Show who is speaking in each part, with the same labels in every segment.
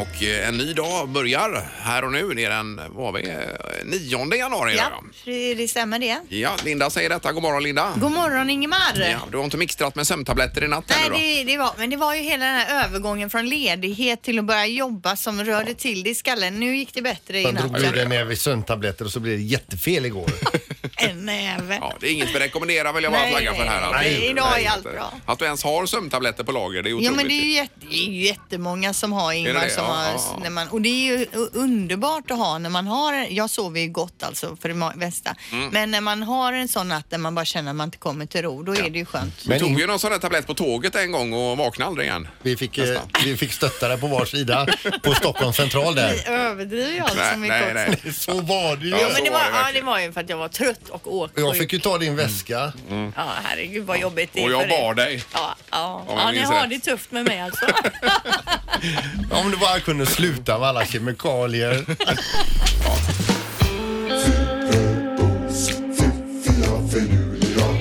Speaker 1: och eh, en ny dag börjar här och nu. Det är den var vi, eh, 9 januari. idag,
Speaker 2: Ja, det det stämmer det.
Speaker 1: Ja. ja, Linda säger detta. God morgon Linda.
Speaker 2: God morgon Ingemar!
Speaker 1: ja, du har inte mixtrat med sömntabletter i natt
Speaker 2: Nej,
Speaker 1: ännu då?
Speaker 2: det, det var, men det var ju hela den här övergången från ledighet till att börja jobba som rörde till det i skallen. Nu gick det bättre i
Speaker 3: Sen drog vi
Speaker 2: natten.
Speaker 3: det med vid sömntabletter och så blev det jättefel igår.
Speaker 2: En näve.
Speaker 1: Ja, det är inget vi rekommenderar vill jag bara
Speaker 2: Nej,
Speaker 1: flagga för här.
Speaker 2: nej,
Speaker 1: att-
Speaker 2: nej, idag är allt bra.
Speaker 1: Att du ens har sömntabletter på lager, det är otroligt.
Speaker 2: Ja men det är ju jätte, det är ju jättemånga som har
Speaker 1: det
Speaker 2: Ingmar
Speaker 1: det?
Speaker 2: som
Speaker 1: Ja,
Speaker 2: har,
Speaker 1: ja, ja.
Speaker 2: När man, och det är ju u- underbart att ha när man har, jag sover ju gott alltså för det ma- mesta,
Speaker 1: Mm.
Speaker 2: men när man har en sån natt där man bara känner att man inte kommer till ro, då är det ju skönt.
Speaker 1: Vi
Speaker 3: Men
Speaker 1: tog
Speaker 3: in,
Speaker 1: ju någon sån där tablett på tåget en gång och vaknade aldrig igen.
Speaker 3: vi, fick, eh, vi fick stöttare på var sida på Stockholms central där.
Speaker 2: Överdriver jag
Speaker 1: Nej,
Speaker 2: så mycket
Speaker 1: nej,
Speaker 2: också?
Speaker 1: nej.
Speaker 3: Så var det ju.
Speaker 1: Ja,
Speaker 4: liksom Ja,
Speaker 1: så
Speaker 4: men det
Speaker 1: var
Speaker 4: var,
Speaker 1: det
Speaker 4: ja, det
Speaker 1: verkligen.
Speaker 4: var ju för att jag var trött och åksjuk.
Speaker 3: Jag fick ju ta din väska.
Speaker 1: Mm.
Speaker 4: Ja, herregud vad jobbigt det är
Speaker 1: Och jag
Speaker 4: för er.
Speaker 1: bar dig.
Speaker 4: Ja, ja.
Speaker 1: Om
Speaker 4: ja,
Speaker 1: jag
Speaker 4: ni
Speaker 1: minns
Speaker 4: har
Speaker 1: rätt.
Speaker 4: det tufft med mig alltså.
Speaker 1: Mm.
Speaker 3: Om du bara kunde sluta med alla kemikalier.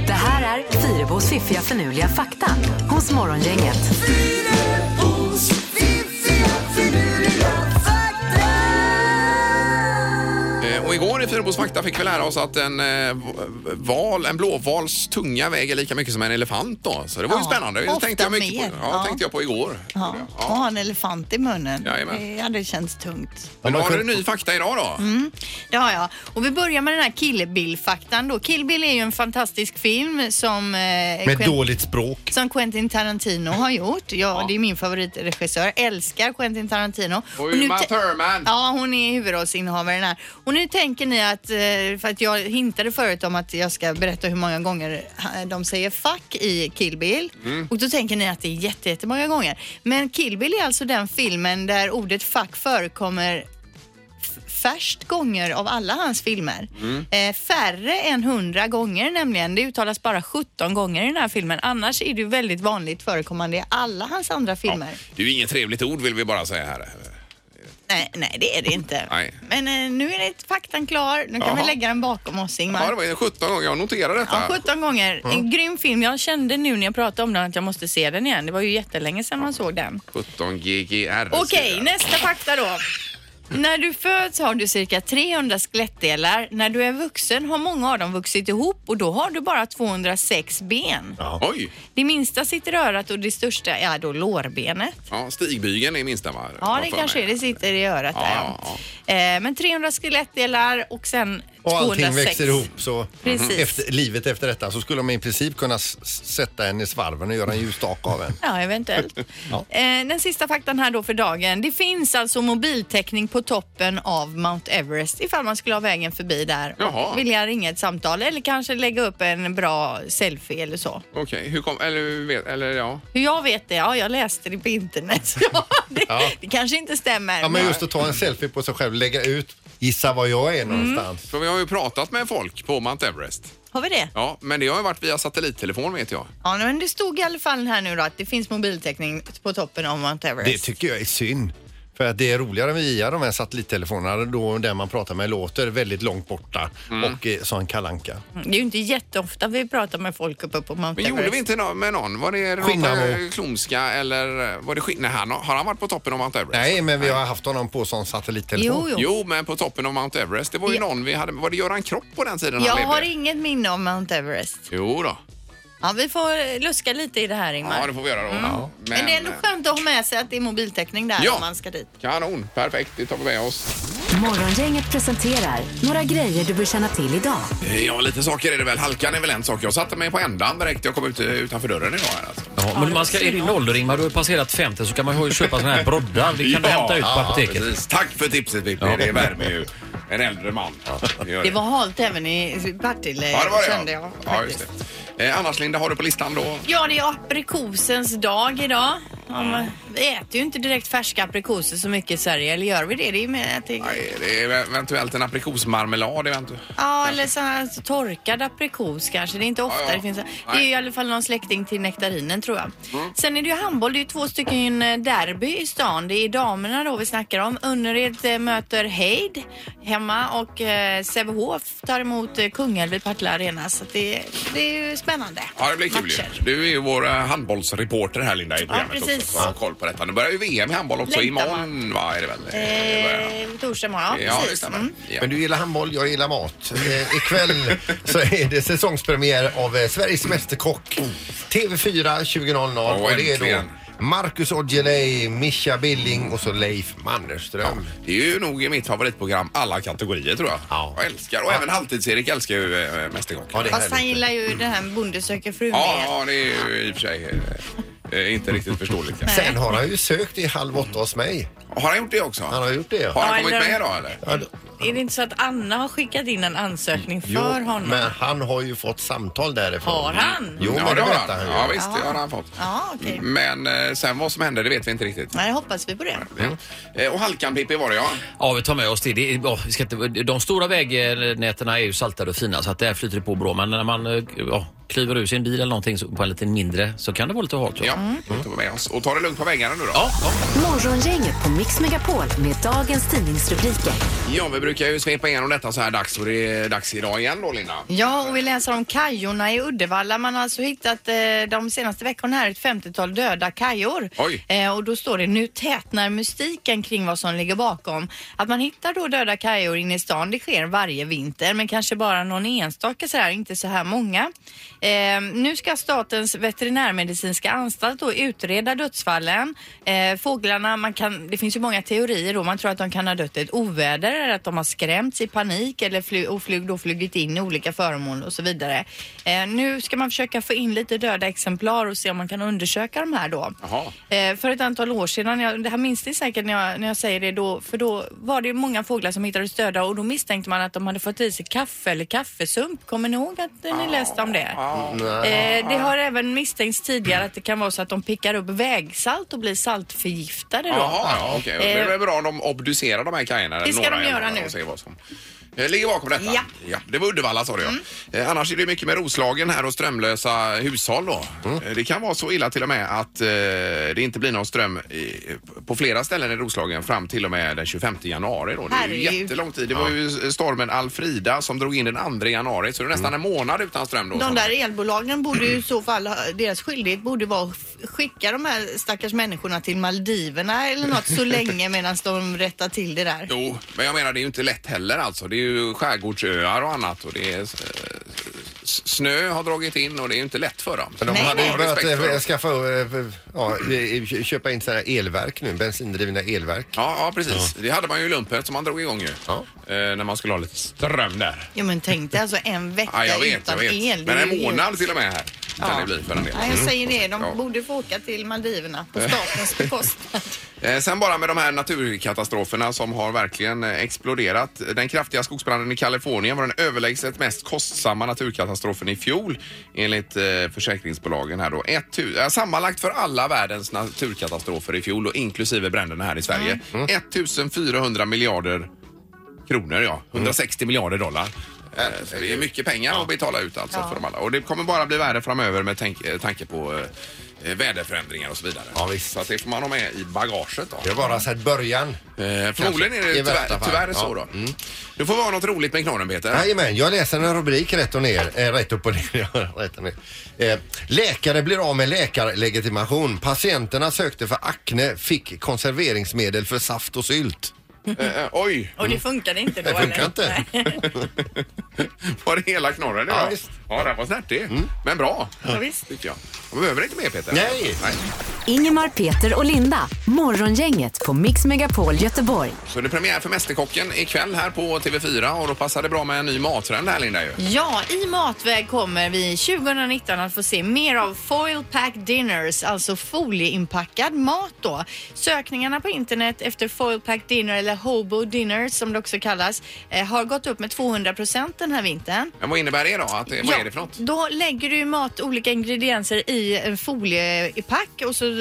Speaker 5: Det här är Fyrabos fiffiga förnuliga fakta hos Morgongänget.
Speaker 1: Eh, Och igår i Fyrbos fakta fick vi lära oss att en eh, v- val, en blåvals tunga väger lika mycket som en elefant då. Så det var ju
Speaker 2: Ja,
Speaker 1: spännande. Det
Speaker 2: ofta
Speaker 1: tänkte jag mycket på.
Speaker 2: mer.
Speaker 1: Ja,
Speaker 2: Ja.
Speaker 1: tänkte jag på igår.
Speaker 2: Ja, och ha en elefant i munnen.
Speaker 1: Jajamän.
Speaker 2: Det hade känts tungt.
Speaker 1: Men då
Speaker 3: man
Speaker 1: har du
Speaker 3: kunde-
Speaker 1: ny fakta idag då.
Speaker 2: Mm. Det har jag. Och vi börjar med den här Kill Bill-faktan då. Kill Bill är ju en fantastisk film som... eh,
Speaker 3: Med
Speaker 2: Quent-
Speaker 3: dåligt språk.
Speaker 2: som Quentin Tarantino har gjort. Ja, det är min favoritregissör. Älskar Quentin Tarantino.
Speaker 1: Och Uma
Speaker 2: te-
Speaker 1: Thurman.
Speaker 2: Ja, hon är huvudrollsinnehavaren här. Och nu tänker ni att, eh, för att jag hintade förut om att jag ska berätta hur många gånger eh, de säger fuck i Kill Bill. Och då tänker ni att det är jätte, jättemånga gånger. Men Kill Bill är alltså den filmen där ordet fuck förekommer f- färst gånger av alla hans filmer. Eh, färre än 100 gånger nämligen. Det uttalas bara 17 gånger i den här filmen. Annars är det ju väldigt vanligt förekommande i alla hans andra filmer.
Speaker 1: Det är ju inget trevligt ord vill vi bara säga här.
Speaker 2: Nej, nej, det är det inte.
Speaker 1: Nej.
Speaker 2: Men eh, nu är det faktan klar. Nu kan
Speaker 1: Jaha.
Speaker 2: vi lägga den bakom oss, Ingmar.
Speaker 1: Ja, det var ju 17 gånger jag noterade
Speaker 2: Ja,
Speaker 1: detta.
Speaker 2: 17 gånger. En grym film. Jag kände nu när jag pratade om den att jag måste se den igen. Det var ju jättelänge sedan man såg den.
Speaker 1: 17 GGR.
Speaker 2: Okej, nästa fakta då. När du föds har du cirka 300 skelettdelar. När du är vuxen har många av dem vuxit ihop och då har du bara 206 ben.
Speaker 1: Oj!
Speaker 2: Det minsta sitter i örat och det största är då lårbenet.
Speaker 1: Ja, stigbygeln är minsta va?
Speaker 2: Ja, det kanske är. Det sitter i örat där.
Speaker 1: Ja, ja,
Speaker 2: Eh, Men 300 skelettdelar och sen
Speaker 3: Och allting
Speaker 2: 206.
Speaker 3: växer ihop så
Speaker 2: Precis.
Speaker 3: efter, livet efter detta så skulle de i princip kunna s- s- sätta en i svarven och göra en ljusstak av en.
Speaker 2: Ja, eventuellt.
Speaker 3: Ja.
Speaker 2: Eh, Den sista faktan här då för dagen. Det finns alltså mobiltäckning på toppen av Mount Everest ifall man skulle ha vägen förbi där
Speaker 1: Jaha.
Speaker 2: och vilja ringa ett samtal eller kanske lägga upp en bra selfie eller så.
Speaker 1: Okej, hur kom... Eller, hur vet- eller ja.
Speaker 2: Hur jag vet det? Ja, jag läste det på internet. Ja, det, det kanske inte stämmer.
Speaker 3: Ja men just att ta en selfie på sig själv, lägga ut, gissa var jag
Speaker 1: Mm.
Speaker 3: är någonstans.
Speaker 1: För vi har ju pratat med folk på Mount Everest.
Speaker 2: Har vi det?
Speaker 1: Ja, men det har ju varit via satellittelefon vet jag.
Speaker 2: Ja, men det stod i alla fall här nu då att det finns mobiltäckning på toppen av Mount
Speaker 3: Det
Speaker 2: Everest.
Speaker 3: tycker jag är synd. För att det är roligare via de här satellittelefonerna då där man pratar med låter väldigt långt borta
Speaker 6: Mm.
Speaker 3: och eh, som en kalanka.
Speaker 2: Det, är ju inte jätteofta vi pratar med folk uppe på Mount
Speaker 1: Men gjorde
Speaker 2: Everest.
Speaker 1: vi inte nå- med någon? Var det
Speaker 3: Skinnamo.
Speaker 1: någon Klomska eller eh, var det Skinna? Han, har han varit på toppen av Mount Everest?
Speaker 3: Nej men vi har haft honom på som satellittelefon.
Speaker 2: Jo, jo.
Speaker 1: Jo, men på toppen av Mount Everest. Det var ju
Speaker 2: Ja.
Speaker 1: någon vi hade. Var det Göran Kropp på den tiden
Speaker 2: Jag
Speaker 1: han levde?
Speaker 2: har inget minne av Mount Everest.
Speaker 1: Jo då.
Speaker 2: Ja, vi får luska lite i det här Ingmar.
Speaker 1: Ja, det får vi göra då.
Speaker 2: Mm. men... det är ändå skönt att ha med sig att det är mobiltäckning där
Speaker 1: Ja.
Speaker 2: om man ska dit.
Speaker 1: eh, Kanon, perfekt. Det tar vi med oss.
Speaker 5: Morgongänget presenterar några grejer du bör känna till idag.
Speaker 1: Ja, lite saker är det väl. Halkan är väl en sak. Jag satte mig på ändan direkt. Jag kom ut eh, utanför dörren idag. Här, alltså.
Speaker 6: Ja, men man ska, är din ålder Ingmar, du har passerat 50 så kan man ju köpa såna här broddar. Det kan du hämta ut på apoteket.
Speaker 1: precis. Tack för tipset Pippi. Det värmer ju en äldre man. Det gör
Speaker 2: Det var halt även i Partille
Speaker 1: Ja, det var det.
Speaker 2: kände
Speaker 1: ja.
Speaker 2: jag.
Speaker 1: ja, just
Speaker 2: faktiskt.
Speaker 1: det. Eh, annars Linda, har du på listan då?
Speaker 2: Ja, det är aprikosens dag idag. Ja, men Vi äter ju inte direkt färska aprikoser så mycket i Sverige, eller gör vi det? det är ju mer att det...
Speaker 1: Nej, det är eventuellt en aprikosmarmelad. Eventuellt.
Speaker 2: Ja, eller så här torkad aprikos kanske. Det är inte ofta
Speaker 1: Ja, ja.
Speaker 2: det finns. Det är
Speaker 1: Nej. Mm.
Speaker 2: ju i alla fall någon släkting till nektarinen tror jag. Sen är det ju handboll. Det är ju två stycken eh, derby i stan. Det är damerna då vi snackar om. Önnered eh, möter Heid hemma och eh, Sävehof tar emot eh, Kungälv vid Partille Arena. Så att det, det är ju spännande.
Speaker 1: Ja, det blir kul
Speaker 2: Matcher.
Speaker 1: ju. Du är ju vår eh, handbollsreporter här Linda i programmet
Speaker 2: precis.
Speaker 1: också. Så ha koll på detta. Nu börjar ju VM i handboll också.
Speaker 2: Längtar man.
Speaker 1: Imorgon va, är det väl? Det börjar.
Speaker 2: Eh, torsdag morgon, ja,
Speaker 1: Ja, det
Speaker 2: precis.
Speaker 1: stämmer.
Speaker 2: Mm.
Speaker 1: Ja.
Speaker 7: Men du gillar handboll, jag gillar mat. Eh, ikväll så är det säsongspremiär av eh, Sveriges Mästerkock. TV4 20.00
Speaker 1: Åh,
Speaker 7: och det är då
Speaker 1: äntligen.
Speaker 7: Marcus Aujalay, Mischa Billing och så Leif Mannerström.
Speaker 1: Det är ju nog mitt favoritprogram alla kategorier tror jag.
Speaker 7: Ja.
Speaker 1: Jag älskar och även Halvtids-Erik älskar ju äh, Mästerkocken.
Speaker 7: Ja, det är
Speaker 2: Fast han
Speaker 7: härligt.
Speaker 2: gillar ju den här Bonde söker fru
Speaker 1: Ja,
Speaker 2: med.
Speaker 1: ja, det är ju i och för sig eh, eh, inte riktigt förståeligt. kanske.
Speaker 7: Sen har han ju sökt i Halv åtta hos mig.
Speaker 1: Har han gjort det också?
Speaker 7: Han har gjort det.
Speaker 1: Har
Speaker 7: Ja.
Speaker 4: Ja,
Speaker 1: han kommit
Speaker 4: eller-
Speaker 1: med då eller?
Speaker 7: Ja, då-
Speaker 4: Är det inte så att Anna har skickat in en ansökning
Speaker 7: Jo,
Speaker 4: för honom?
Speaker 7: men han har ju fått samtal därifrån.
Speaker 4: Har han?
Speaker 7: Jo,
Speaker 1: ja,
Speaker 7: men det
Speaker 1: har
Speaker 7: berättar
Speaker 1: han.
Speaker 7: han ju.
Speaker 1: Ja, visst, det har han fått.
Speaker 2: Ja, okej.
Speaker 1: Men eh, sen vad som hände, det vet vi inte riktigt.
Speaker 2: Nej, hoppas vi på det.
Speaker 1: Eh, Och halkan-Pippi var det ja.
Speaker 6: Ja, vi tar med oss det. det är, ja, vi ska inte, de stora vägnätena är ju saltade och fina så att där flyter det på bra. Men när man eh, ja, kliver ur sin bil eller någonting så- på en lite mindre så kan det vara lite halt. tror jag.
Speaker 1: Ja, mm. tog med oss. Och ta det lugnt på väggarna nu då.
Speaker 6: Ja, ja.
Speaker 5: Morgongänget på Mix Megapol med dagens tidningsrubriker.
Speaker 1: Ja, vi brukar ju svepa igenom detta så här dags och det är dags idag igen då Linda.
Speaker 2: Ja, och vi läser om kajorna i Uddevalla. Man har alltså hittat eh, de senaste veckorna här ett 50-tal döda kajor.
Speaker 1: Oj.
Speaker 2: Eh, och då står det nu tätnar mystiken kring vad som ligger bakom. Att man hittar då döda kajor inne i stan, det sker varje vinter, men kanske bara någon enstaka så här, inte så här många. Eh, nu ska Statens veterinärmedicinska anstalt då utreda dödsfallen. Eh, fåglarna, man kan, det finns ju många teorier då. Man tror att de kan ha dött i ett oväder eller att de har skrämts i panik eller fly, och flyg, då flugit in i olika föremål och så vidare. Eh, nu ska man försöka få in lite döda exemplar och se om man kan undersöka de här då.
Speaker 1: Jaha.
Speaker 2: Eh, för ett antal år sedan, jag, det här minns ni säkert när jag, när jag säger det då, för då var det många fåglar som hittades döda och då misstänkte man att de hade fått i sig kaffe eller kaffesump. Kommer ni ihåg att ni läste om det?
Speaker 1: Ah,
Speaker 2: Eh, det har även misstänkts tidigare att det kan vara så att de pickar upp vägsalt och blir saltförgiftade då.
Speaker 1: Jaha, ja, okej. Och Det är
Speaker 2: Eh,
Speaker 1: väl bra om de obducerar de här kajerna.
Speaker 2: det ska
Speaker 1: några
Speaker 2: de
Speaker 1: i alla
Speaker 2: göra
Speaker 1: fall,
Speaker 2: nu.
Speaker 1: Och se vad som eh, ligger bakom detta.
Speaker 2: Ja. Mm.
Speaker 1: det var Uddevalla sa du ja. Eh, annars är det ju mycket med Roslagen här och strömlösa hushåll då. Eh, det kan vara så illa till och med att eh, det inte blir någon ström i, på flera ställen i Roslagen fram till och med den 25 januari då. Det är ju
Speaker 2: Herregud.
Speaker 1: jättelång tid. Det var ju stormen Alfrida som drog in den 2 januari så det är nästan en månad utan ström då.
Speaker 2: De
Speaker 1: som-
Speaker 2: där elbolagen borde ju i så fall, ha- deras skyldighet borde vara att f- skicka de här stackars människorna till Maldiverna eller något så länge medan de rättar till det där.
Speaker 1: Jo, men jag menar det är ju inte lätt heller alltså. Det är ju skärgårdsöar och annat och det är eh, s- snö har dragit in och det är ju inte lätt för dem.
Speaker 7: Men de
Speaker 2: Nej,
Speaker 7: hade
Speaker 1: nej.
Speaker 7: ju börjat
Speaker 1: Respekt för
Speaker 7: eh,
Speaker 1: dem.
Speaker 7: skaffa, eh, ja, eh, köpa in sådana här elverk nu, bensindrivna elverk.
Speaker 1: Ja, ja precis. Det hade man ju i lumpet som man drog igång ju.
Speaker 7: Ja.
Speaker 1: Eh, när man skulle ha lite ström där.
Speaker 2: Jo men tänk dig alltså en vecka
Speaker 1: Ja, jag vet, jag
Speaker 2: utan
Speaker 1: vet.
Speaker 2: el. det
Speaker 1: Men
Speaker 2: är
Speaker 1: en
Speaker 2: ju helt-
Speaker 1: månad till och med här kan
Speaker 2: Ja.
Speaker 1: det bli för en del. Mm.
Speaker 2: Nej, jag säger det. De
Speaker 1: Ja.
Speaker 2: borde få åka till Maldiverna på statens bekostnad.
Speaker 1: Eh, Sen bara med de här naturkatastroferna som har verkligen eh, exploderat. Den kraftiga skogsbranden i Kalifornien var den överlägset mest kostsamma naturkatastrofen i fjol enligt eh, försäkringsbolagen här då. Ett, tu- eh, sammanlagt för alla världens naturkatastrofer i fjol och inklusive bränderna här i Sverige.
Speaker 7: Mm.
Speaker 1: 1400 miljarder kronor
Speaker 7: Mm.
Speaker 1: ja, 160 miljarder dollar. Eh, så Det är mycket pengar att betala ut alltså för dem alla. Och det kommer bara bli värre framöver med tänk- eh, tanke på eh, eh, väderförändringar och så vidare.
Speaker 7: Ja, visst.
Speaker 1: Så att det får man ha med i bagaget då.
Speaker 7: Det har bara sett början.
Speaker 1: Eh, förmodligen är det
Speaker 7: Kanske. I
Speaker 1: tyvärr,
Speaker 7: värsta fall.
Speaker 1: tyvärr så då.
Speaker 7: Ja. Mm.
Speaker 1: Du får vara något roligt med knorren Peter.
Speaker 7: Jajamän, jag läser en rubrik rätt och ner. Eh, rätt upp och ner. ja, rätt och ner. Eh, läkare blir av med läkarlegitimation. Patienterna sökte för akne, fick konserveringsmedel för saft och sylt.
Speaker 1: Eh, eh, oj,
Speaker 4: Och det funkade inte då?
Speaker 7: Det funkar
Speaker 4: eller?
Speaker 7: inte.
Speaker 4: Nej.
Speaker 1: var det hela knorren idag?
Speaker 7: Ja, visst. Mm.
Speaker 1: ja den var snärtig. Men bra,
Speaker 4: Ja, visst.
Speaker 1: tycker jag. Man behöver inte mer Peter.
Speaker 7: Nej.
Speaker 5: Ingemar, Peter och Linda. Morgongänget på Mix Megapol Göteborg.
Speaker 1: Så det är premiär för Mästerkocken ikväll här på TV4 och då passar det bra med en ny mattrend här Linda ju.
Speaker 2: Ja, i matväg kommer vi 2019 att få se mer av foil pack dinners, alltså folieinpackad mat då. Sökningarna på internet efter foil pack dinner eller hobo dinner som det också kallas eh, har gått upp med 200 procent den här vintern.
Speaker 1: Men vad innebär det då? Att, det- vad
Speaker 2: Ja,
Speaker 1: är det för något?
Speaker 2: Då lägger du ju mat, olika ingredienser i en foliepack och så eh,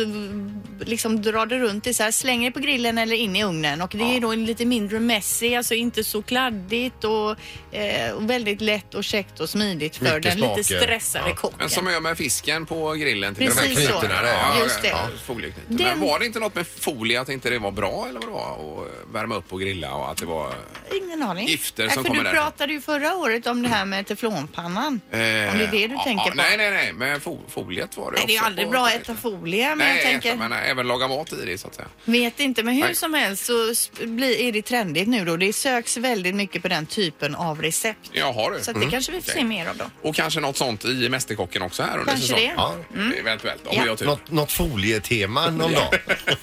Speaker 2: liksom drar du runt det så här, slänger det på grillen eller in i ugnen och det är då lite mindre messy, alltså inte så kladdigt och, eh, och väldigt lätt och käckt och smidigt för
Speaker 7: Mycket
Speaker 2: den lite
Speaker 7: smaker.
Speaker 2: stressade kocken.
Speaker 1: Men som jag gör med fisken på grillen till
Speaker 2: Precis
Speaker 1: de här
Speaker 2: så.
Speaker 1: knutarna där. Ja,
Speaker 2: Just det.
Speaker 1: Ja, folieknutar.
Speaker 2: Den-
Speaker 1: Men var det inte något med folie att inte det var bra eller vad det var? Och värma upp och grilla och att det var...
Speaker 2: Ingen aning.
Speaker 1: Gifter som
Speaker 2: Nej, för
Speaker 1: kommer
Speaker 2: du
Speaker 1: där.
Speaker 2: pratade ju förra året om det här med teflonpannan?
Speaker 1: Eh,
Speaker 2: Om det är det du
Speaker 1: ja,
Speaker 2: tänker på?
Speaker 1: Nej, nej, nej, men fo foliet var det
Speaker 2: Nej, det är ju
Speaker 1: också
Speaker 2: aldrig
Speaker 1: på-
Speaker 2: bra att äta folie, men
Speaker 1: Nej,
Speaker 2: jag tänker,
Speaker 1: äta, men även laga mat i det så att säga.
Speaker 2: vet inte, men hur
Speaker 1: Nej.
Speaker 2: som helst så sp- blir, är det trendigt nu då. Det söks väldigt mycket på den typen av recept.
Speaker 1: Jaha du.
Speaker 2: Så att det kanske vi får
Speaker 1: Mm, Okej.
Speaker 2: se mer av då.
Speaker 1: Och kanske något sånt i Mästerkocken också här under
Speaker 2: Kanske
Speaker 1: säsongen.
Speaker 2: det. Mm.
Speaker 1: Ja, Eventuellt, om
Speaker 2: Ja.
Speaker 1: vi har tur.
Speaker 7: Något, något folietema någon dag.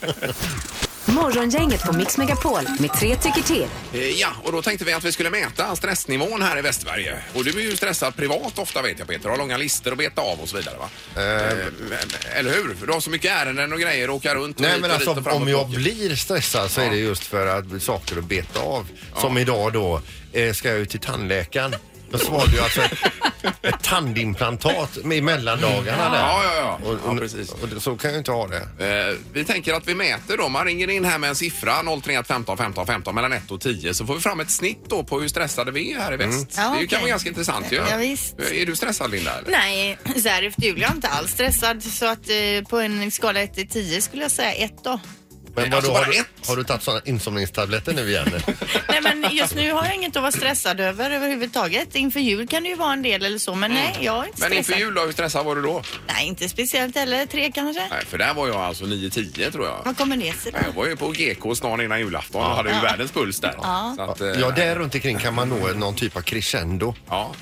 Speaker 5: Morgongänget på Mix Megapol med tre tycker till.
Speaker 1: Eh, Ja, och då tänkte vi att vi skulle mäta stressnivån här i Västsverige. Och du är ju stressad privat ofta vet jag Peter, har långa listor att beta av och så vidare va? Eh, Eller hur? För Du har så mycket ärenden och grejer att åka runt och
Speaker 7: Nej
Speaker 1: hit
Speaker 7: men
Speaker 1: och
Speaker 7: alltså
Speaker 1: dit och
Speaker 7: om,
Speaker 1: fram och
Speaker 7: om jag
Speaker 1: tillbaka.
Speaker 7: blir stressad så är det just för att saker att beta av. Som idag då, eh, ska jag ju till tandläkaren. Då svarade jag alltså ett, ett tandimplantat med mellandagarna där.
Speaker 1: Ja, ja, ja.
Speaker 7: Och, och,
Speaker 1: ja precis.
Speaker 7: och det- så kan jag ju inte ha det.
Speaker 1: Eh, vi tänker att vi mäter då. Man ringer in här med en siffra 031 15 15 15 mellan 1 och 10 så får vi fram ett snitt då på hur stressade vi är här i väst.
Speaker 2: Mm.
Speaker 1: det
Speaker 2: Ja,
Speaker 1: är ju
Speaker 2: okej.
Speaker 1: kan vara ganska intressant ju.
Speaker 2: Ja, visst.
Speaker 1: Eh, Är du stressad Linda? Eller?
Speaker 2: Nej, så här efter jul är jag inte alls stressad. Så att eh, på en skala 1 till 10 skulle jag säga 1 då.
Speaker 7: Men
Speaker 1: alltså
Speaker 7: vadå,
Speaker 1: bara
Speaker 7: har, du,
Speaker 1: ett?
Speaker 7: har du tagit sådana insomningstabletter nu igen?
Speaker 2: Nej men just nu har jag inget att vara stressad över överhuvudtaget. Inför jul kan det ju vara en del eller så men nej jag är inte
Speaker 1: Men inför
Speaker 2: stressad.
Speaker 1: jul då, hur stressad var du då?
Speaker 2: Nej inte speciellt heller, tre kanske.
Speaker 1: Nej, för där var jag alltså 9-10 tror jag.
Speaker 2: Vad kommer det sig då?
Speaker 1: Jag var ju på GK dagen innan julafton och hade ju världens puls där. Så att, eh,
Speaker 7: ja, där runt omkring kan man nå någon typ av crescendo.
Speaker 1: ja,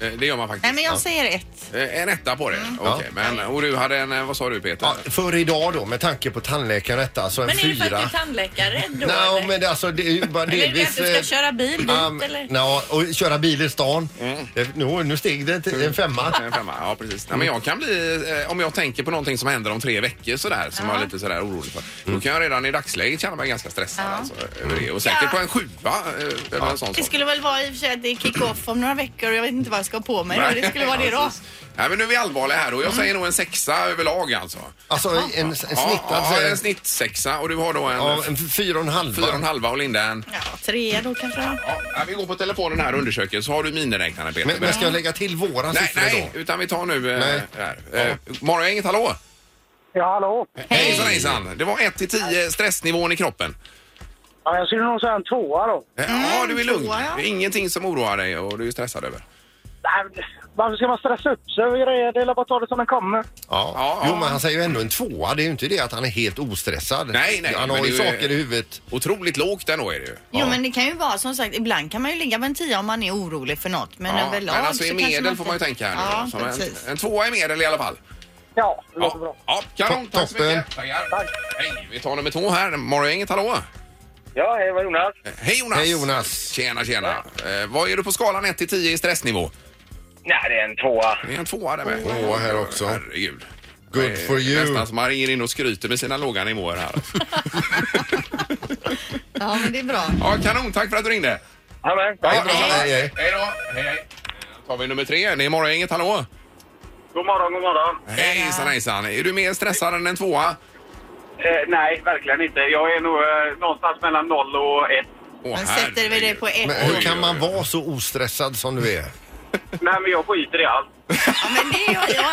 Speaker 1: eh, det gör man faktiskt.
Speaker 2: Nej men jag säger ett.
Speaker 1: Eh, En etta på det. Okej, men och du hade en, eh, vad sa du Peter?
Speaker 7: Ja, för idag då, med tanke på tandläkaren detta, så en
Speaker 4: Men är det för
Speaker 7: fyra.
Speaker 4: att du är tandläkare då?
Speaker 7: Nej,
Speaker 4: eller?
Speaker 7: men det, alltså, det är ju bara
Speaker 4: Eller är det att
Speaker 7: delvis...
Speaker 4: du ska
Speaker 7: eh,
Speaker 4: köra bil dit
Speaker 7: Um,
Speaker 4: eller?
Speaker 7: ja, och köra bil i stan.
Speaker 1: Mm.
Speaker 7: Det, nu, nu steg det till en femma.
Speaker 1: En femma, ja precis. Nej, men jag kan bli, eh, om jag tänker på någonting som händer om tre veckor sådär, som jag är lite sådär orolig för, då kan jag redan i dagsläget känna mig ganska stressad alltså, över det. Och säkert
Speaker 2: Ja.
Speaker 1: på en sjua eh, eller en sån
Speaker 2: Det
Speaker 1: sak.
Speaker 2: skulle väl vara i och för sig att det är kick-off om några veckor och jag vet inte vad jag ska ha på mig då. Det skulle vara det då.
Speaker 1: Precis. Nej, men nu är vi allvarliga här och jag säger nog en sexa överlag alltså.
Speaker 7: Alltså en, en
Speaker 1: Ja,
Speaker 7: snittad...
Speaker 1: ja,
Speaker 7: så-
Speaker 1: en snittsexa och du har då en
Speaker 7: ja, en fyra och en halva.
Speaker 1: fyra och en halva och Linda en
Speaker 2: Ja, tre då kanske.
Speaker 1: Ja, vi går på telefonen här och undersöker så har du miniräknaren Peter.
Speaker 7: Men, men ska jag lägga till våra
Speaker 1: nej,
Speaker 7: siffror
Speaker 1: nej,
Speaker 7: då?
Speaker 1: utan vi tar nu... eh,
Speaker 7: Nej.
Speaker 1: här. Eh, Morgongänget, hallå!
Speaker 8: Ja, hallå.
Speaker 1: Hej. Hejsan, hejsan! Det var 1 till 10 stressnivån i kroppen.
Speaker 8: Ja, jag skulle nog säga en tvåa då.
Speaker 1: Eh, ja, du är lugn.
Speaker 2: Mm, så, ja.
Speaker 1: Det är ingenting som oroar dig och du är stressad över.
Speaker 8: Nej, men varför ska man stressa upp sig över grejer? Det är bara att ta det som den kommer.
Speaker 7: Ja.
Speaker 1: Ja, ja.
Speaker 7: Jo, men han säger ju ändå en tvåa. Det är ju inte det att han är helt ostressad.
Speaker 1: Nej, nej,
Speaker 7: han
Speaker 1: men
Speaker 7: har ju
Speaker 1: det är ju-
Speaker 7: saker i huvudet.
Speaker 1: Otroligt lågt ändå är det ju.
Speaker 2: Jo men det kan ju vara som sagt, ibland kan man ju ligga på en 10 om man är orolig för något.
Speaker 1: Ja,
Speaker 2: Men
Speaker 1: men
Speaker 2: överlag
Speaker 1: alltså i
Speaker 2: så kanske
Speaker 1: medel
Speaker 2: inte-
Speaker 1: får man ju tänka här nu.
Speaker 2: Ja,
Speaker 1: Som en,
Speaker 2: precis.
Speaker 1: en tvåa i medel i alla fall.
Speaker 8: Ja, det låter
Speaker 1: Ja,
Speaker 8: bra.
Speaker 1: ja kanon.
Speaker 7: To-
Speaker 1: Tack så
Speaker 7: toppen.
Speaker 1: mycket. Tackar. Hej, vi tar nummer två här. Morgongänget, hallå!
Speaker 8: Ja, hej, vad Jonas.
Speaker 1: Eh, Hej Jonas!
Speaker 7: Hej, Jonas.
Speaker 1: Tjena, tjena. Eh, vad är du på skalan 1 till 10 i stressnivå?
Speaker 8: Nej, det är en tvåa.
Speaker 1: Det är en tvåa där med.
Speaker 7: Tvåa här också.
Speaker 1: Herregud.
Speaker 7: Good
Speaker 1: Det är
Speaker 7: for you.
Speaker 1: Nästan som man ringer in och skryter med sina låga nivåer här.
Speaker 2: Ja men det är bra.
Speaker 1: Ja, kanon. Tack för att du ringde.
Speaker 8: Ja, men,
Speaker 7: Ja, bra. Hej, hej.
Speaker 1: Hej då. Hej, hej. Då tar vi nummer tre. Det är Morgongänget. Hallå!
Speaker 8: God morgon, god morgon.
Speaker 1: Hejsan, hejsan. Är du mer stressad än en tvåa?
Speaker 8: Eh, nej, verkligen inte. Jag är nog eh, någonstans mellan noll och ett.
Speaker 1: Åh,
Speaker 2: Men sätter vi det
Speaker 1: herregud.
Speaker 2: på ett
Speaker 7: Men
Speaker 1: Oj,
Speaker 7: hur kan man
Speaker 1: oj, oj.
Speaker 7: vara så ostressad som du är?
Speaker 8: Nej, men jag skiter i allt.
Speaker 4: Ja, men det är ju å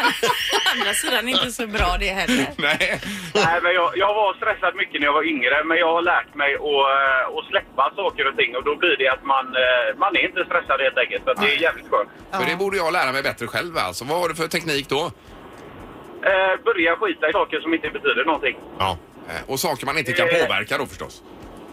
Speaker 4: andra sidan inte så bra det heller.
Speaker 1: Nej.
Speaker 8: Nej, men jag, jag var stressad mycket när jag var yngre, men jag har lärt mig att, eh, att släppa saker och ting och då blir det att man, eh, man är inte stressad helt enkelt. Så att det är jävligt skönt.
Speaker 1: För det borde jag lära mig bättre själv alltså. Vad har du för teknik då?
Speaker 8: Eh, börja skita i saker som inte betyder någonting.
Speaker 7: Ja.
Speaker 1: Eh, Och saker man inte kan
Speaker 8: Eh.
Speaker 1: påverka då förstås.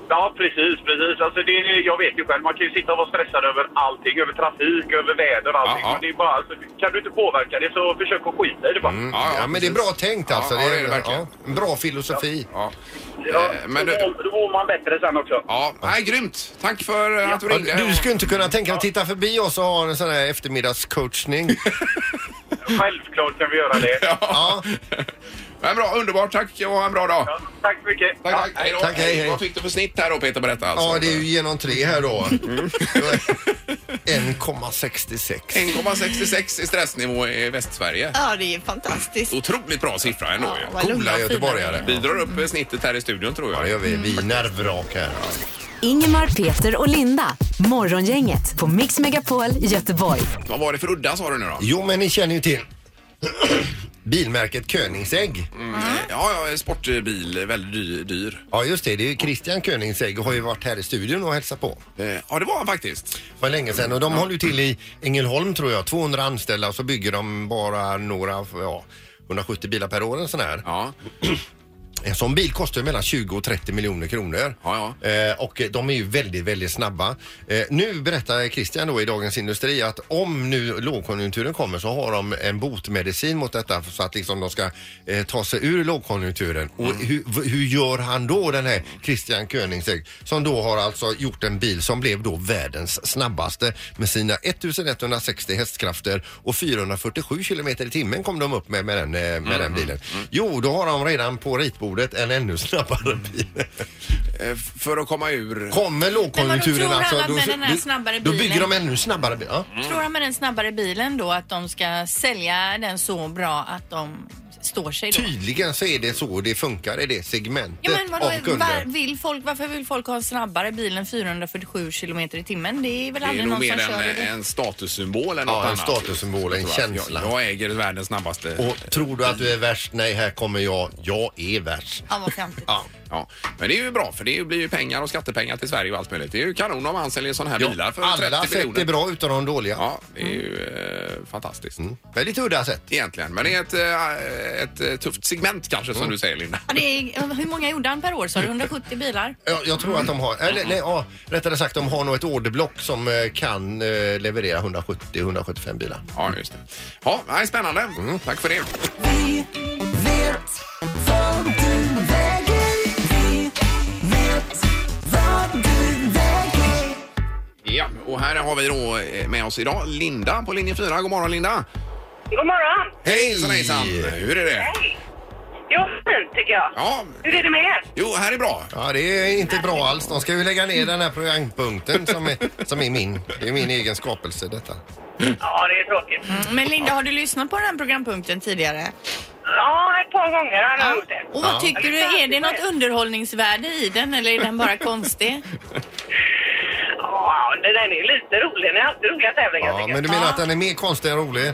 Speaker 8: Ja, precis, precis. Alltså, det, jag vet ju själv, man kan ju sitta och vara stressad över allting, över trafik, över väder och allting.
Speaker 1: Ja, ja.
Speaker 8: Men det är bara, alltså, kan du inte påverka det så försök att skita i det bara.
Speaker 1: Ja, ja,
Speaker 7: Ja, men det är
Speaker 1: precis.
Speaker 7: bra tänkt
Speaker 1: Ja,
Speaker 7: alltså.
Speaker 1: ja, det är det verkligen.
Speaker 7: en bra filosofi.
Speaker 1: Ja.
Speaker 8: Ja,
Speaker 1: Eh, Men
Speaker 8: då,
Speaker 1: du...
Speaker 8: mår- då mår man bättre sen också.
Speaker 1: Ja, nej, grymt. Tack för eh, att du
Speaker 7: Ja,
Speaker 1: ringde.
Speaker 7: du skulle inte kunna tänka dig att titta förbi oss och ha en sån här eftermiddagscoachning.
Speaker 8: Självklart kan vi göra det.
Speaker 1: Ja. Men bra, underbart. Tack och ha en bra dag.
Speaker 8: Ja, tack så mycket.
Speaker 1: Tack, tack. Hej då.
Speaker 7: Tack, hej, hej.
Speaker 1: Vad fick du för snitt här då Peter på detta alltså?
Speaker 7: Ja, det är ju genom tre här då.
Speaker 1: Mm.
Speaker 7: 1,66.
Speaker 1: 1,66 i stressnivå i Västsverige.
Speaker 2: Ja det är fantastiskt.
Speaker 1: Otroligt bra siffra ändå ju.
Speaker 2: vad lugna
Speaker 7: Coola
Speaker 2: och fina
Speaker 7: göteborgare.
Speaker 1: Vi drar upp eh, snittet här i studion tror
Speaker 7: Ja,
Speaker 1: jag.
Speaker 7: det gör vi.
Speaker 1: Mm.
Speaker 7: Vi är nervvrak här.
Speaker 5: Ingemar, Peter och Linda. Morgongänget på Mix Megapol Göteborg.
Speaker 4: Mm.
Speaker 1: Vad var det för udda sa du nu då?
Speaker 7: Jo, men ni känner ju till bilmärket Königsegg.
Speaker 1: Mm. Ja, ja, sportbil, väldigt dyr. dyr.
Speaker 7: Ja just det, det är ju Christian Königsegg har ju varit här i studion och hälsat på.
Speaker 1: Eh, Ja, det var han faktiskt.
Speaker 7: för länge sedan och de håller ju till i Ängelholm tror jag, 200 anställda och så bygger de bara några, ja 170 bilar per år en sån här.
Speaker 1: Ja,
Speaker 7: En sån bil kostar ju mellan 20 och 30 miljoner kronor.
Speaker 1: Ja,
Speaker 7: Eh, och de är ju väldigt, väldigt snabba. Eh, nu berättar Christian då i Dagens Industri att om nu lågkonjunkturen kommer så har de en botmedicin mot detta så att liksom de ska eh, ta sig ur lågkonjunkturen. Och hur, v- hur gör han då den här Christian Königsegg som då har alltså gjort en bil som blev då världens snabbaste med sina 1160 hästkrafter och 447 kilometer i timmen kom de upp med med den, eh, med den bilen. Jo, då har de redan på ritbordet en ännu snabbare bil.
Speaker 1: Eh, f- för att komma ur...
Speaker 7: Kommer
Speaker 4: Men
Speaker 7: lågkonjunkturen
Speaker 4: vadå, tror
Speaker 7: alltså,
Speaker 4: han att med den här
Speaker 7: då-
Speaker 4: snabbare
Speaker 7: då
Speaker 4: bilen-
Speaker 7: bygger de ännu snabbare bilar. Ja.
Speaker 4: Tror han med den snabbare bilen då att de ska sälja den så bra att de står sig då?
Speaker 7: Tydligen så är det så det funkar i det segmentet
Speaker 4: Ja, men vadå,
Speaker 7: av kunder.
Speaker 4: var, vill folk, varför vill folk ha en snabbare bil än 447 kilometer i timmen? Det är väl
Speaker 1: Det är
Speaker 4: aldrig
Speaker 1: nog
Speaker 4: någon som
Speaker 1: mer en,
Speaker 4: kör det.
Speaker 1: en statussymbol än
Speaker 7: Ja,
Speaker 1: något
Speaker 7: en
Speaker 1: annat.
Speaker 7: statussymbol, en
Speaker 1: Jag tror att
Speaker 7: känsla.
Speaker 1: Jag, jag äger världens snabbaste.
Speaker 7: Och tror du att du är värst? Nej, här kommer jag. Jag är värst.
Speaker 4: Ja, vad fjantigt.
Speaker 7: Ja.
Speaker 1: Ja, men det är ju bra för det blir ju pengar och skattepengar till Sverige och allt möjligt. Det är ju kanon om han säljer sådana här bilar för
Speaker 7: Alla
Speaker 1: 30
Speaker 7: sätt
Speaker 1: miljoner.
Speaker 7: är bra utan de dåliga.
Speaker 1: Ja, det är ju eh, fantastiskt.
Speaker 7: Mm. Väldigt udda sätt.
Speaker 1: Egentligen, men det är ett, eh, ett eh, tufft segment kanske
Speaker 7: Mm.
Speaker 1: som du säger Linda.
Speaker 4: Ja, det är, hur många gjorde han per år? Så 170 bilar?
Speaker 7: Jag, jag tror att de har, eller nej, ja, rättare sagt de har nog ett orderblock som eh, kan eh, leverera 170-175 bilar.
Speaker 1: Ja, just det. Ja, nej, spännande. Mm, Tack för det. Ja, och här har vi då eh, med oss idag Linda på linje 4. God morgon Linda!
Speaker 9: God morgon!
Speaker 1: Hej! Hejsan, hejsan! Hur är det?
Speaker 9: Hej! Jo, fint tycker jag.
Speaker 1: Ja,
Speaker 9: Hur är det med er?
Speaker 1: jo, här är bra.
Speaker 7: Ja, det är inte bra alls. De ska ju lägga ner den här programpunkten som är, som är min. Det är min egen skapelse detta.
Speaker 9: Ja, det är tråkigt.
Speaker 2: Men Linda, har du lyssnat på den här programpunkten tidigare?
Speaker 9: Ja, ett par gånger har jag gjort det.
Speaker 2: Och vad tycker du? Är det något underhållningsvärde i den eller är den bara konstig?
Speaker 9: Ja, den där är lite rolig. Den är alltid roliga tävlingar
Speaker 7: Ja,
Speaker 9: tycker
Speaker 7: men
Speaker 9: jag.
Speaker 7: du menar att den är mer konstig än rolig?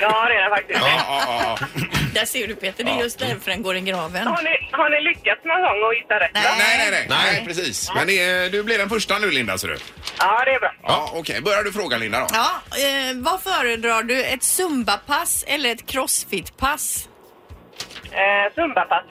Speaker 9: Ja, det är den faktiskt.
Speaker 1: Ja, ja, ja.
Speaker 2: Där ser du Peter, det är just därför den går i graven.
Speaker 9: Har, ni, har ni lyckats någon gång att hitta rätt?
Speaker 1: Nej, nej, nej. nej precis. Men det är, du blir den första nu Linda, ser du.
Speaker 9: Ja, det är bra.
Speaker 1: Ja, okej. Börjar du fråga Linda då?
Speaker 2: Ja, eh, vad föredrar du? Ett zumbapass eller ett crossfitpass?
Speaker 9: Eh, Zumbapass.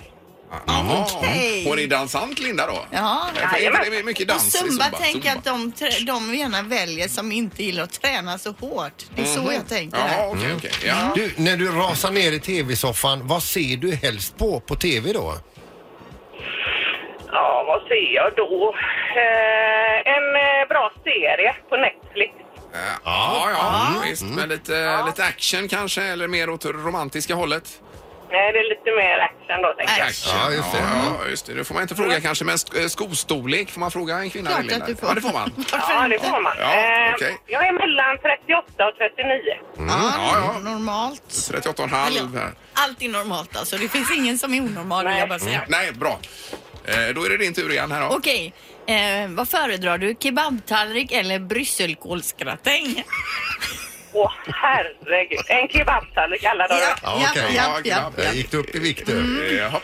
Speaker 1: Jaha.
Speaker 2: Okej.
Speaker 1: Hon är dansant Linda då?
Speaker 2: Ja,
Speaker 1: Eh, för
Speaker 9: jajamän.
Speaker 1: Det är mycket
Speaker 2: och
Speaker 7: liksom,
Speaker 1: dans i
Speaker 2: zumba tänker jag
Speaker 1: Zumba.
Speaker 2: att de, trä- de gärna väljer som inte gillar att träna så hårt. Det är så
Speaker 7: Mhm.
Speaker 2: jag tänker. Äh,
Speaker 1: Jaha,
Speaker 2: här.
Speaker 1: okej, okej. Ja.
Speaker 7: Du, när du rasar ner i tv-soffan, vad ser du helst på på tv då?
Speaker 9: Ja, vad ser jag då? Eh, en eh, bra serie på Netflix.
Speaker 1: Ja, ja, ja visst. Men lite, lite action kanske, eller mer åt det romantiska hållet?
Speaker 9: Nej, det är lite mer action då, tänker jag.
Speaker 1: Action.
Speaker 7: Ja, just det.
Speaker 1: Ja, ja, just det. det får man inte fråga kanske, men sk- eh, skostorlek, får man fråga en kvinna?
Speaker 2: Klart
Speaker 1: Linda?
Speaker 2: att du får.
Speaker 1: Ja, det får man.
Speaker 9: Ja, det får man.
Speaker 1: Ja,
Speaker 9: Eh,
Speaker 1: okej.
Speaker 9: Jag är mellan 38 och 39.
Speaker 7: Mm.
Speaker 1: Ja,
Speaker 2: Ja,
Speaker 1: ja.
Speaker 2: normalt.
Speaker 1: 38,5 här.
Speaker 2: Allt är normalt alltså. Det finns ingen som är onormal vill jag bara säga.
Speaker 7: Mm.
Speaker 1: Nej, bra. Eh, Då är det din tur igen här då.
Speaker 2: Okej, eh, vad föredrar du? Kebabtallrik eller brysselkålsgratäng?
Speaker 9: Åh, herregud. En kebabtallrik alla dagar.
Speaker 7: Ja, okej.
Speaker 2: japp, japp,
Speaker 7: Jag
Speaker 2: japp.
Speaker 7: gick du upp i vikt du?
Speaker 1: Eh, jaha.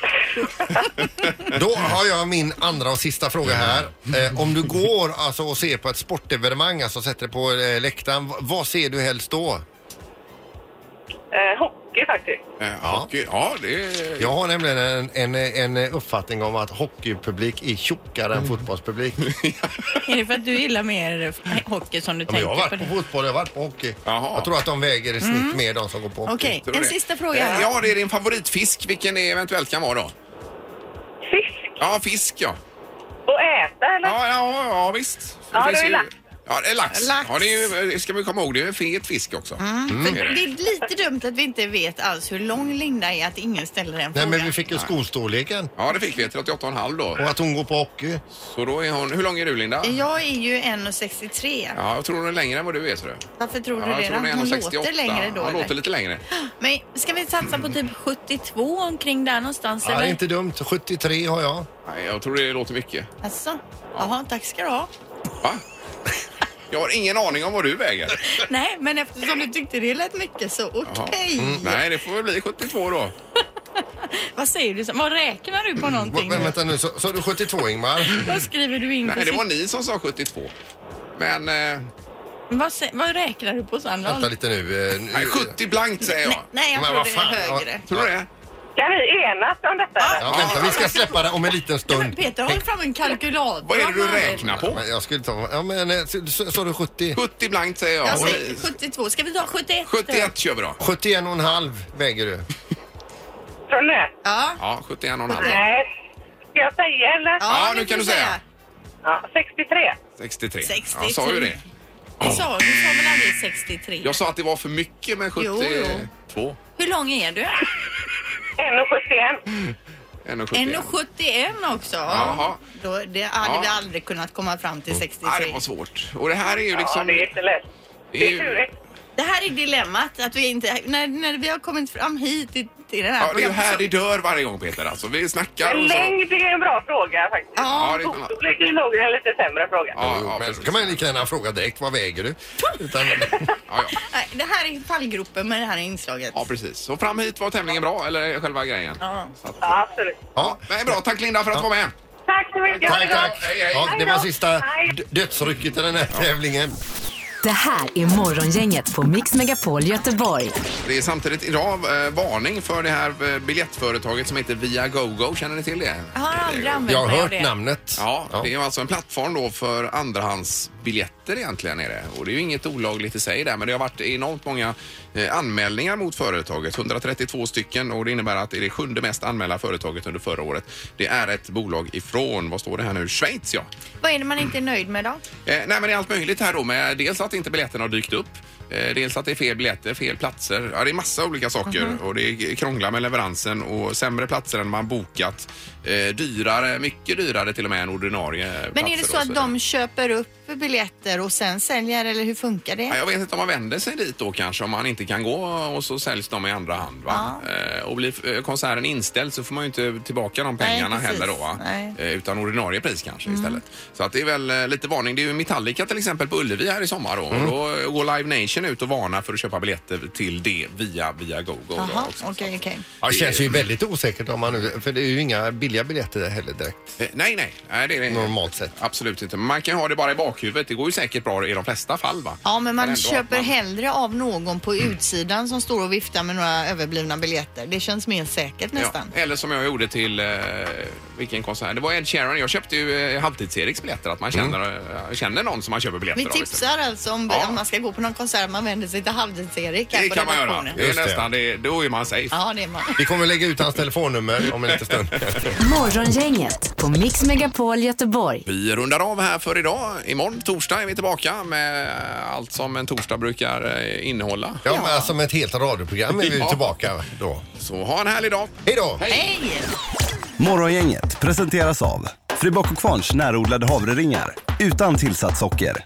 Speaker 7: Då har jag min andra och sista fråga här. Eh, om du går alltså, och ser på ett sportevenemang, alltså sätter dig på eh, läktaren, v- vad ser du helst då?
Speaker 9: Eh, hockey faktiskt.
Speaker 1: Eh, hockey. Ja, det är...
Speaker 7: Jag har nämligen en, en, en uppfattning om att hockeypublik är tjockare än fotbollspublik.
Speaker 2: Är det för att du gillar mer eh, hockey som du
Speaker 7: Ja,
Speaker 2: tänker
Speaker 7: men jag har
Speaker 2: på
Speaker 7: varit på
Speaker 2: det? Mm.
Speaker 7: fotboll, jag har varit på hockey.
Speaker 1: Jaha.
Speaker 7: Jag tror att de väger i snitt mer de som går på hockey.
Speaker 2: Okej,
Speaker 1: Tror du
Speaker 2: en
Speaker 1: det?
Speaker 2: sista fråga.
Speaker 1: Eh,
Speaker 2: här.
Speaker 1: Ja, det är din favoritfisk. Vilken det eventuellt kan vara då?
Speaker 9: Fisk
Speaker 1: Ja, fisk ja.
Speaker 9: och äta eller?
Speaker 1: Ja, ja, ja visst.
Speaker 9: Ja,
Speaker 1: finns
Speaker 9: det är
Speaker 1: ju-
Speaker 9: lax.
Speaker 1: Ja, det är lax.
Speaker 2: Lax.
Speaker 1: Ja, det är ju, ska vi komma ihåg, det är en fet fisk också.
Speaker 9: Mm.
Speaker 7: Mm.
Speaker 2: För
Speaker 1: Är
Speaker 2: det
Speaker 1: det.
Speaker 2: är lite dumt att vi inte vet alls hur lång Linda är att ingen ställer den
Speaker 7: Nej,
Speaker 2: frågan.
Speaker 7: men vi fick ju skostorleken.
Speaker 1: Ja, det fick vi. 38,5 då.
Speaker 7: Och att hon går på hockey.
Speaker 1: Så då är hon... Hur lång är du, Linda?
Speaker 2: Jag är ju 1,63.
Speaker 1: Ja, jag tror hon är längre än vad du är, så du.
Speaker 2: Varför tror
Speaker 1: Ja,
Speaker 2: du
Speaker 1: jag
Speaker 2: det?
Speaker 1: tror hon är
Speaker 2: hon
Speaker 1: 1,68.
Speaker 2: låter längre då
Speaker 1: Hon
Speaker 2: eller?
Speaker 1: låter lite längre.
Speaker 2: Men ska vi satsa på typ 72 omkring där någonstans
Speaker 7: Ja, det
Speaker 2: eller?
Speaker 7: är inte dumt. 73 har jag.
Speaker 1: Nej, jag tror det låter mycket.
Speaker 2: Alltså, jaha, tack ska du ha.
Speaker 1: Va? Jag har ingen aning om vad du väger.
Speaker 2: Nej, men eftersom du tyckte det lät mycket så okej.
Speaker 1: Mm, Nej, det får väl bli 72 då.
Speaker 4: Vad säger du? Vad räknar du
Speaker 1: Mm,
Speaker 4: på någonting?
Speaker 7: Men vänta nu, så, så är du 72 Ingmar?
Speaker 4: Vad skriver du in på
Speaker 1: Nej, det var
Speaker 4: sitt-
Speaker 1: ni som sa 72. Men eh,
Speaker 4: vad, sä- vad räknar du på Sandra?
Speaker 7: Vänta lite nu. eh, nu-
Speaker 1: nej, 70 blankt säger jag.
Speaker 2: Nej, jag
Speaker 7: Men
Speaker 2: tror
Speaker 7: vad
Speaker 2: det
Speaker 7: fan,
Speaker 2: är högre.
Speaker 1: Tror du det?
Speaker 9: Kan vi enas om detta? eller?
Speaker 7: Ja, vänta, vi ska släppa det om en liten
Speaker 2: Men
Speaker 7: stund.
Speaker 2: Peter, håll fram en kalkylator.
Speaker 1: Vad är det du
Speaker 2: man.
Speaker 1: räknar på?
Speaker 7: Men jag skulle ta... Ja, men eh, så- så- sa du 70?
Speaker 1: 70 blankt säger jag.
Speaker 2: Jag
Speaker 1: Och
Speaker 2: säger
Speaker 1: ni-
Speaker 2: 72. Ska vi ta 71?
Speaker 1: 71 kör vi då.
Speaker 7: 71 och en halv väger du.
Speaker 9: Tror ni?
Speaker 2: Ja.
Speaker 1: Ja, 71 och en halv.
Speaker 9: Nej. Ska jag säga eller?
Speaker 1: Ja,
Speaker 2: det
Speaker 1: nu kan du säga.
Speaker 9: Ja, 63.
Speaker 1: 63.
Speaker 2: 63.
Speaker 1: Jag sa ju det.
Speaker 4: Du sa, du sa väl aldrig 63?
Speaker 1: Jag sa att det var för mycket med
Speaker 2: Jo, jo.
Speaker 1: 72.
Speaker 4: Hur lång är du?
Speaker 9: 1,71.
Speaker 1: 1,71.
Speaker 4: 1,71 också.
Speaker 1: Jaha.
Speaker 2: Då, det hade
Speaker 1: Ja.
Speaker 2: vi aldrig kunnat komma fram till 63.
Speaker 1: Ja, det var svårt. Och det här är ju
Speaker 9: Ja,
Speaker 1: liksom...
Speaker 9: det är inte lätt.
Speaker 1: det
Speaker 9: Det
Speaker 1: är
Speaker 9: är
Speaker 1: ju-
Speaker 9: turigt.
Speaker 2: Det här är dilemmat, att vi inte, när, när vi har kommit fram hit till, till den här
Speaker 1: Ja, det är ju här
Speaker 2: programmet-
Speaker 1: det dör varje gång Peter alltså. Vi snackar
Speaker 9: Men
Speaker 1: och så...
Speaker 9: längd är en bra fråga faktiskt.
Speaker 1: Ja, det kan man-
Speaker 9: Storlek är nog en lite sämre fråga.
Speaker 1: Ja, ja,
Speaker 7: men
Speaker 1: precis.
Speaker 7: då kan man ju lika gärna fråga direkt, vad väger du? Utan,
Speaker 1: ja, ja.
Speaker 2: Nej, Det här är fallgropen med det här inslaget.
Speaker 1: ja, precis. Så fram hit var tävlingen bra, eller själva grejen. Ja. Så att,
Speaker 9: Ja, absolut.
Speaker 7: ja.
Speaker 1: men bra, tack Linda för att du var med.
Speaker 9: Tack så mycket.
Speaker 7: Tack, tack. Ja, det var sista
Speaker 9: Hej.
Speaker 7: d- dödsrycket i den här tävlingen.
Speaker 5: Det här är Morgongänget på Mix Megapol Göteborg.
Speaker 1: Det är samtidigt idag eh, varning för det här eh, biljettföretaget som heter Viagogo. Känner ni till det?
Speaker 4: Jag har aldrig använt
Speaker 7: Jag har
Speaker 4: mig av
Speaker 7: hört
Speaker 4: det.
Speaker 7: namnet.
Speaker 1: Ja, det är ju alltså en plattform då för andrahandsbiljetter egentligen är det. Och det är ju inget olagligt i sig där men det har varit enormt många eh, anmälningar mot företaget. 132 stycken och det innebär att det är det sjunde mest anmälda företaget under förra året. Det är ett bolag ifrån, vad står det här nu, Schweiz ja.
Speaker 2: Vad är det man inte är nöjd med då?
Speaker 1: Eh, nej men det är allt möjligt här då med dels att inte biljetterna har dykt upp. eh, Dels att det är fel biljetter, fel platser. Ja, det är massa olika saker
Speaker 2: Mhm.
Speaker 1: och det krånglar med leveransen och sämre platser än man bokat. Eh, dyrare, mycket dyrare till och med än ordinarie
Speaker 2: Men är
Speaker 1: platser
Speaker 2: det
Speaker 1: och
Speaker 2: så att
Speaker 1: vidare.
Speaker 2: de köper upp biljetter och sen säljer eller hur funkar
Speaker 1: Ja,
Speaker 2: det?
Speaker 1: jag vet inte om man vänder sig dit då kanske om man inte kan gå och så säljs de i andra hand. Va? Eh, och blir eh, konserten inställd så får man ju inte tillbaka de pengarna
Speaker 2: precis.
Speaker 1: heller då. Va?
Speaker 2: Nej. Mm.
Speaker 1: Eh, utan ordinarie pris kanske istället. Så att det är väl eh, lite varning. Det är ju Metallica till exempel på Ullevi här i sommar då. Och då går Live Nation ut och varnar för att köpa biljetter till det via, via Gogo. då
Speaker 2: Jaha,
Speaker 1: också.
Speaker 2: okej, okej.
Speaker 7: Ja, det känns ju väldigt osäkert om man nu, för det är ju inga billiga biljetter heller direkt.
Speaker 1: Eh, Nej, nej. nej det är det.
Speaker 7: Normalt sett.
Speaker 1: Absolut inte. Men Man kan ju ha det bara i bakhuvudet. Det går ju säkert bra i de flesta fall va?
Speaker 2: Ja, men man
Speaker 1: ändå att
Speaker 2: köper
Speaker 1: man-
Speaker 2: hellre av någon på
Speaker 1: Mm.
Speaker 2: utsidan som står och viftar med några överblivna biljetter. Det känns mer säkert nästan.
Speaker 1: Ja, eller som jag gjorde till, eh, vilken konsert? Det var Ed Sheeran. Jag köpte ju eh, Halvtids-Eriks biljetter. Att man
Speaker 7: Mm.
Speaker 1: känner, eh, känner någon som man köper biljetter
Speaker 2: Vi
Speaker 1: av istället.
Speaker 2: tipsar alltså om,
Speaker 1: liksom. Ja.
Speaker 2: om man ska gå på någon konsert, man vänder sig till Halvtids-Erik här
Speaker 1: Det
Speaker 2: på
Speaker 1: kan man göra.
Speaker 2: redaktionen.
Speaker 1: Det är
Speaker 7: Just det.
Speaker 1: nästan, det. då är man safe.
Speaker 2: Ja, det är man.
Speaker 7: Vi kommer lägga ut hans telefonnummer om en liten stund.
Speaker 5: Morgongänget på Mix Megapol Göteborg.
Speaker 1: Vi rundar av här för idag. Imorgon torsdag är vi tillbaka med allt som en torsdag brukar eh, innehålla.
Speaker 7: Ja, men alltså med ett helt radioprogram är vi ju
Speaker 1: Ja.
Speaker 7: tillbaka då.
Speaker 1: Så ha en härlig dag.
Speaker 7: Hej då!
Speaker 2: Hej!
Speaker 10: Morgongänget presenteras av Fribock och Kvarns närodlade havreringar utan tillsatt socker